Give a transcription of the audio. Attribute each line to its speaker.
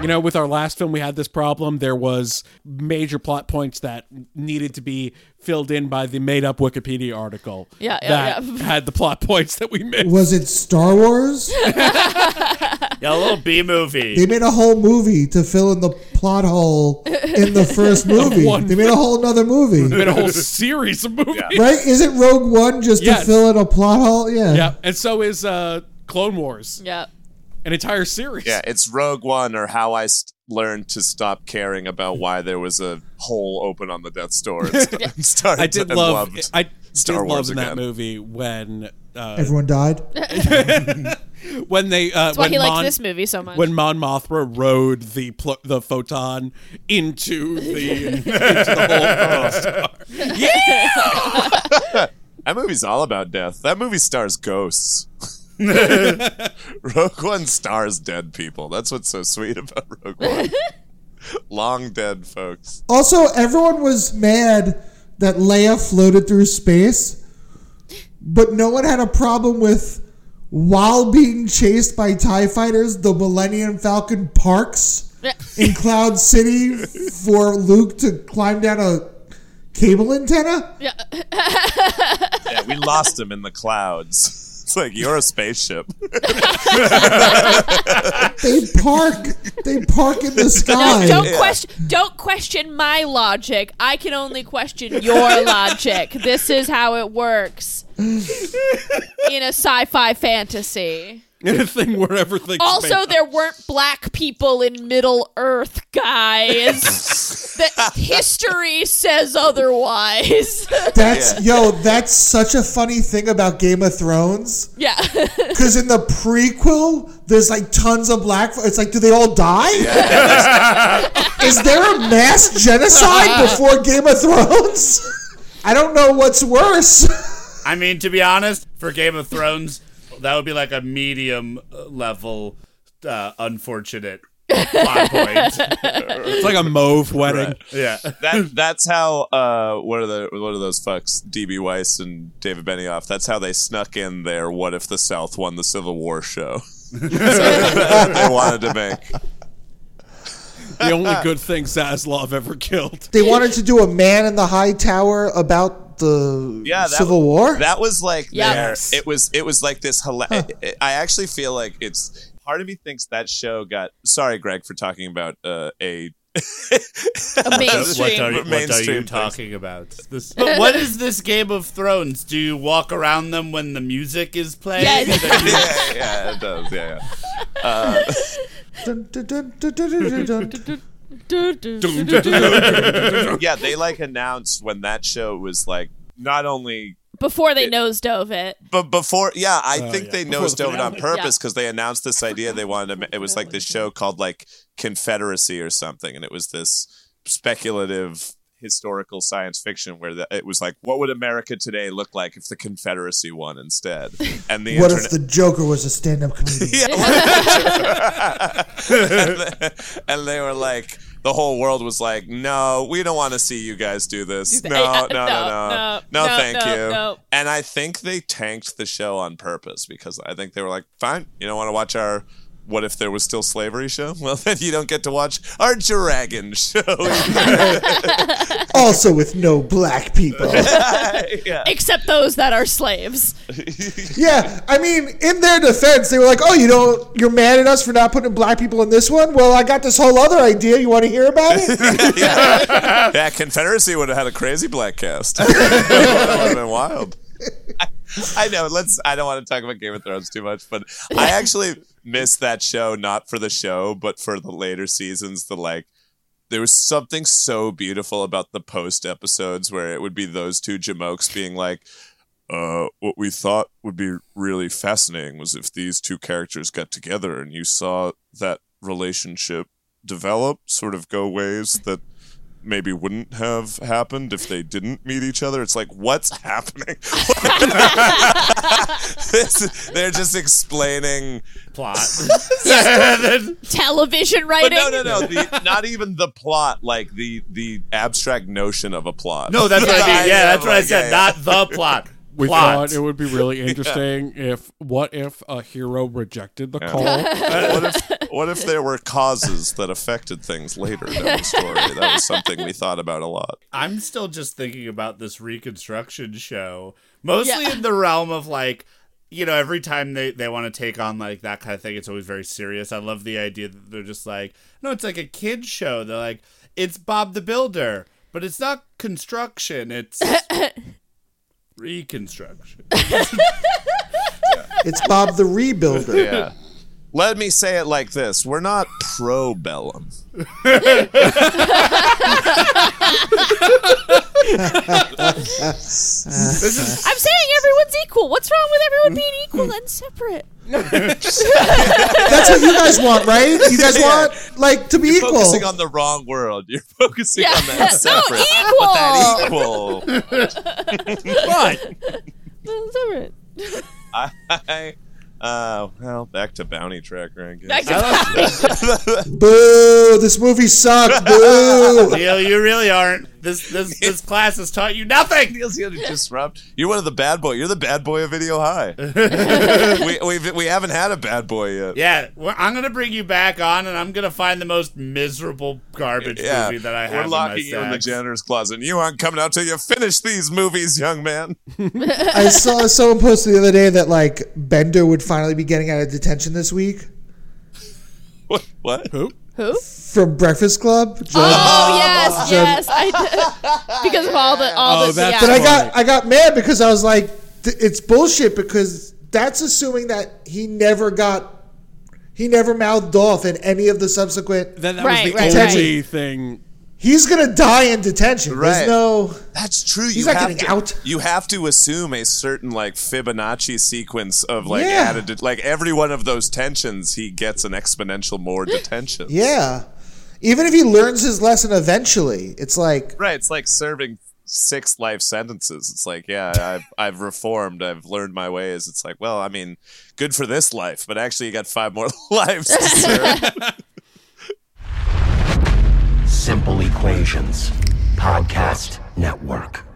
Speaker 1: You know, with our last film, we had this problem. There was major plot points that needed to be filled in by the made up Wikipedia article.
Speaker 2: Yeah, yeah,
Speaker 1: that
Speaker 2: yeah.
Speaker 1: had the plot points that we missed.
Speaker 3: Was it Star Wars?
Speaker 4: Yeah, a little B movie.
Speaker 3: They made a whole movie to fill in the plot hole in the first movie.
Speaker 1: One-
Speaker 3: They made a whole another
Speaker 1: We
Speaker 3: movie,
Speaker 1: had a whole series of movies.
Speaker 4: Yeah.
Speaker 3: right? Isn't Rogue One just
Speaker 1: Yes.
Speaker 3: to fill in a plot hole? Yeah.
Speaker 1: Yeah, and so is uh, Clone Wars,
Speaker 2: yeah.
Speaker 1: an entire series.
Speaker 4: Yeah, it's Rogue One or How I St- Learned to Stop Caring About Why There Was a Hole Open on the Death Star. And st- and started
Speaker 1: I did
Speaker 4: and
Speaker 1: love.
Speaker 4: loved.
Speaker 1: I
Speaker 4: Star
Speaker 1: did
Speaker 4: Wars
Speaker 1: love in that
Speaker 4: again.
Speaker 1: movie when uh,
Speaker 3: Everyone died.
Speaker 1: when they uh,
Speaker 2: That's why
Speaker 1: when
Speaker 2: he likes
Speaker 1: Mon-
Speaker 2: this movie so much.
Speaker 1: when Mon Mothma rode the pl- the photon into the into the whole
Speaker 4: that movie's all about death. That movie stars ghosts. Rogue One stars dead people. That's what's so sweet about Rogue One. Long dead folks.
Speaker 1: Oh.
Speaker 3: Also, everyone was mad that Leia floated through space, but no one had a problem with while being chased by TIE fighters, the Millennium Falcon parks in Cloud City for Luke to climb down a cable antenna.
Speaker 4: Yeah, we lost him in the clouds. It's like you're a spaceship.
Speaker 3: They park. they park in the sky.
Speaker 2: don't question don't question my logic. I can only question your logic. This is how it works in a sci-fi fantasy.
Speaker 1: in a thing where everything's
Speaker 2: Also,
Speaker 1: made
Speaker 2: there weren't black people in Middle Earth, guys. the history says otherwise.
Speaker 3: That's yo. That's such a funny thing about Game of Thrones.
Speaker 2: yeah.
Speaker 3: Because in the prequel, there's like tons of black. It's like, do they all die? Is there a mass genocide before Game of Thrones? I don't know what's worse.
Speaker 5: I mean, to be honest, for Game of Thrones, that would be like a medium level, uh, unfortunate plot point.
Speaker 1: it's like a mauve wedding.
Speaker 5: Yeah.
Speaker 4: that that's how uh what are the what are those fucks DB Weiss and David Benioff that's how they snuck in their what if the South won the Civil War show they wanted to make
Speaker 1: The only good thing Zaslav ever killed.
Speaker 3: they wanted to do a Man in the High Tower about the
Speaker 4: yeah that,
Speaker 3: Civil War.
Speaker 4: that was like
Speaker 2: Yeah.
Speaker 4: their-
Speaker 1: Yes.
Speaker 4: it was it was like this hila- I- I actually feel like it's part of me thinks that show got sorry Greg for talking about uh, a
Speaker 5: What are,
Speaker 2: Mainstream.
Speaker 5: you- what are
Speaker 4: Mainstream
Speaker 5: you
Speaker 4: things.
Speaker 5: talking about? This, but what is this Game of Thrones? Do you walk around them when the music is playing?
Speaker 2: Yes.
Speaker 4: yeah, yeah it does yeah, yeah.
Speaker 3: Dun, dun, dun, dun, dun, dun, dun, dun.
Speaker 4: yeah they like announced when that show was like not only
Speaker 2: Before they nose dove it.
Speaker 4: But before, yeah, I think they
Speaker 1: the
Speaker 4: nosed over it on
Speaker 1: finale.
Speaker 4: purpose because they announced this idea they wanted to. ma- It was like this show called like Confederacy or something, and it was this speculative historical science fiction where the, it was like, what would America today look like if the Confederacy won instead? And the
Speaker 3: What if
Speaker 4: internet.
Speaker 3: the Joker was a stand-up comedian?
Speaker 4: and they were like, the whole world was like, no, we don't want to see you guys do this.
Speaker 2: Do
Speaker 4: No,
Speaker 2: that.
Speaker 4: no, no,
Speaker 2: Uh,
Speaker 4: no,
Speaker 2: no,
Speaker 4: no,
Speaker 2: no,
Speaker 4: thank
Speaker 2: no,
Speaker 4: you.
Speaker 2: no.
Speaker 4: And I think they tanked the show on purpose because I think they were like, fine, you don't want to watch our. What if there was still slavery show? Well, then you don't get to watch our dragon show.
Speaker 3: also with no black people.
Speaker 2: Except those that are slaves.
Speaker 3: Yeah, I mean, in their defense, they were like, "Oh, you know, you're mad at us for not putting black people in this one. Well, I got this whole other idea. You want to hear about it?
Speaker 4: that Confederacy would have had a crazy black cast. that would have been wild. I, I know. Let's. I don't want to talk about Game of Thrones too much, but I actually miss that show. Not for the show, but for the later seasons. The like. There was something so beautiful about the post episodes where it would be those two jamokes being like, uh, what we thought would be really fascinating was if these two characters got together and you saw that relationship develop, sort of go ways that maybe wouldn't have happened if they didn't meet each other. It's like, what's happening? This- they're just explaining.
Speaker 5: Plot.
Speaker 2: Television
Speaker 4: But
Speaker 2: writing.
Speaker 4: no, no, no. The, not even the plot, like the the abstract notion of a plot.
Speaker 5: no, that's what I
Speaker 4: The
Speaker 5: mean.
Speaker 4: idea
Speaker 5: Yeah,
Speaker 4: of
Speaker 5: that's what I
Speaker 4: like,
Speaker 5: said.
Speaker 4: yeah, yeah.
Speaker 5: Not the plot.
Speaker 1: we
Speaker 5: Plot.
Speaker 1: thought it would be really interesting if what if a hero rejected the call?
Speaker 4: what if what if there were causes that affected things later in the story? That was something we thought about a lot.
Speaker 5: I'm still just thinking about this reconstruction show, mostly
Speaker 2: Yeah.
Speaker 5: in the realm of like, you know, every time they, they want to take on like that kind of thing, it's always very serious. I love the idea that they're just like, no, it's like a kid's show. They're like, it's Bob the Builder, but it's not construction, it's reconstruction.
Speaker 3: It's Bob the Rebuilder.
Speaker 4: Yeah. Let me say it like this: We're not pro Bellum.
Speaker 2: I'm saying everyone's equal. What's wrong with everyone being equal and separate?
Speaker 3: That's what you guys want, right? You guys want like to be
Speaker 4: You're
Speaker 3: equal.
Speaker 4: focusing on the wrong world. You're focusing
Speaker 2: Yeah.
Speaker 4: on that
Speaker 2: No,
Speaker 4: separate.
Speaker 2: equal.
Speaker 4: That
Speaker 3: Oh.
Speaker 4: equal.
Speaker 1: but
Speaker 2: separate.
Speaker 4: I, uh, well, back to bounty tracker, I guess.
Speaker 2: I can-
Speaker 3: Boo! This movie sucked. Boo!
Speaker 5: Neil, you really aren't. This this this class has taught you nothing.
Speaker 4: Neil's going to disrupt. You're one of the bad boy. You're the bad boy of Video High. we we've, we haven't had a bad boy yet.
Speaker 5: Yeah, well, I'm gonna bring you back on, and I'm gonna find the most miserable garbage movie that I have.
Speaker 4: We're
Speaker 5: in my
Speaker 4: locking you in the
Speaker 5: stacks.
Speaker 4: janitor's closet. and You aren't coming out till you finish these movies, young man.
Speaker 3: I saw someone posted the other day that like Bender would finally be getting out of detention this week
Speaker 4: What? what? Who?
Speaker 2: Who?
Speaker 3: from Breakfast Club. Jordan.
Speaker 2: Oh yes, yes, I did. because of all the all
Speaker 1: Oh,
Speaker 2: the
Speaker 1: that's
Speaker 3: But
Speaker 2: yeah.
Speaker 3: I got I got mad because I was like, th- it's bullshit because that's assuming that he never got he never mouthed off in any of the subsequent.
Speaker 1: then that
Speaker 2: Right,
Speaker 1: was the
Speaker 2: right,
Speaker 1: only thing.
Speaker 3: He's gonna die in detention.
Speaker 4: Right.
Speaker 3: There's no.
Speaker 4: That's true.
Speaker 3: He's
Speaker 4: you
Speaker 3: not
Speaker 4: have
Speaker 3: getting
Speaker 4: to,
Speaker 3: out.
Speaker 4: You have to assume a certain like Fibonacci sequence of like
Speaker 3: Yeah.
Speaker 4: added, like every one of those tensions, he gets an exponential more detention.
Speaker 3: Yeah. Even if he learns his lesson eventually, it's like
Speaker 4: Right. It's like serving six life sentences. It's like, yeah, I've I've reformed. I've learned my ways. It's like, well, I mean, good for this life, but actually, you got five more lives to serve.
Speaker 6: Simple Equations Podcast Network.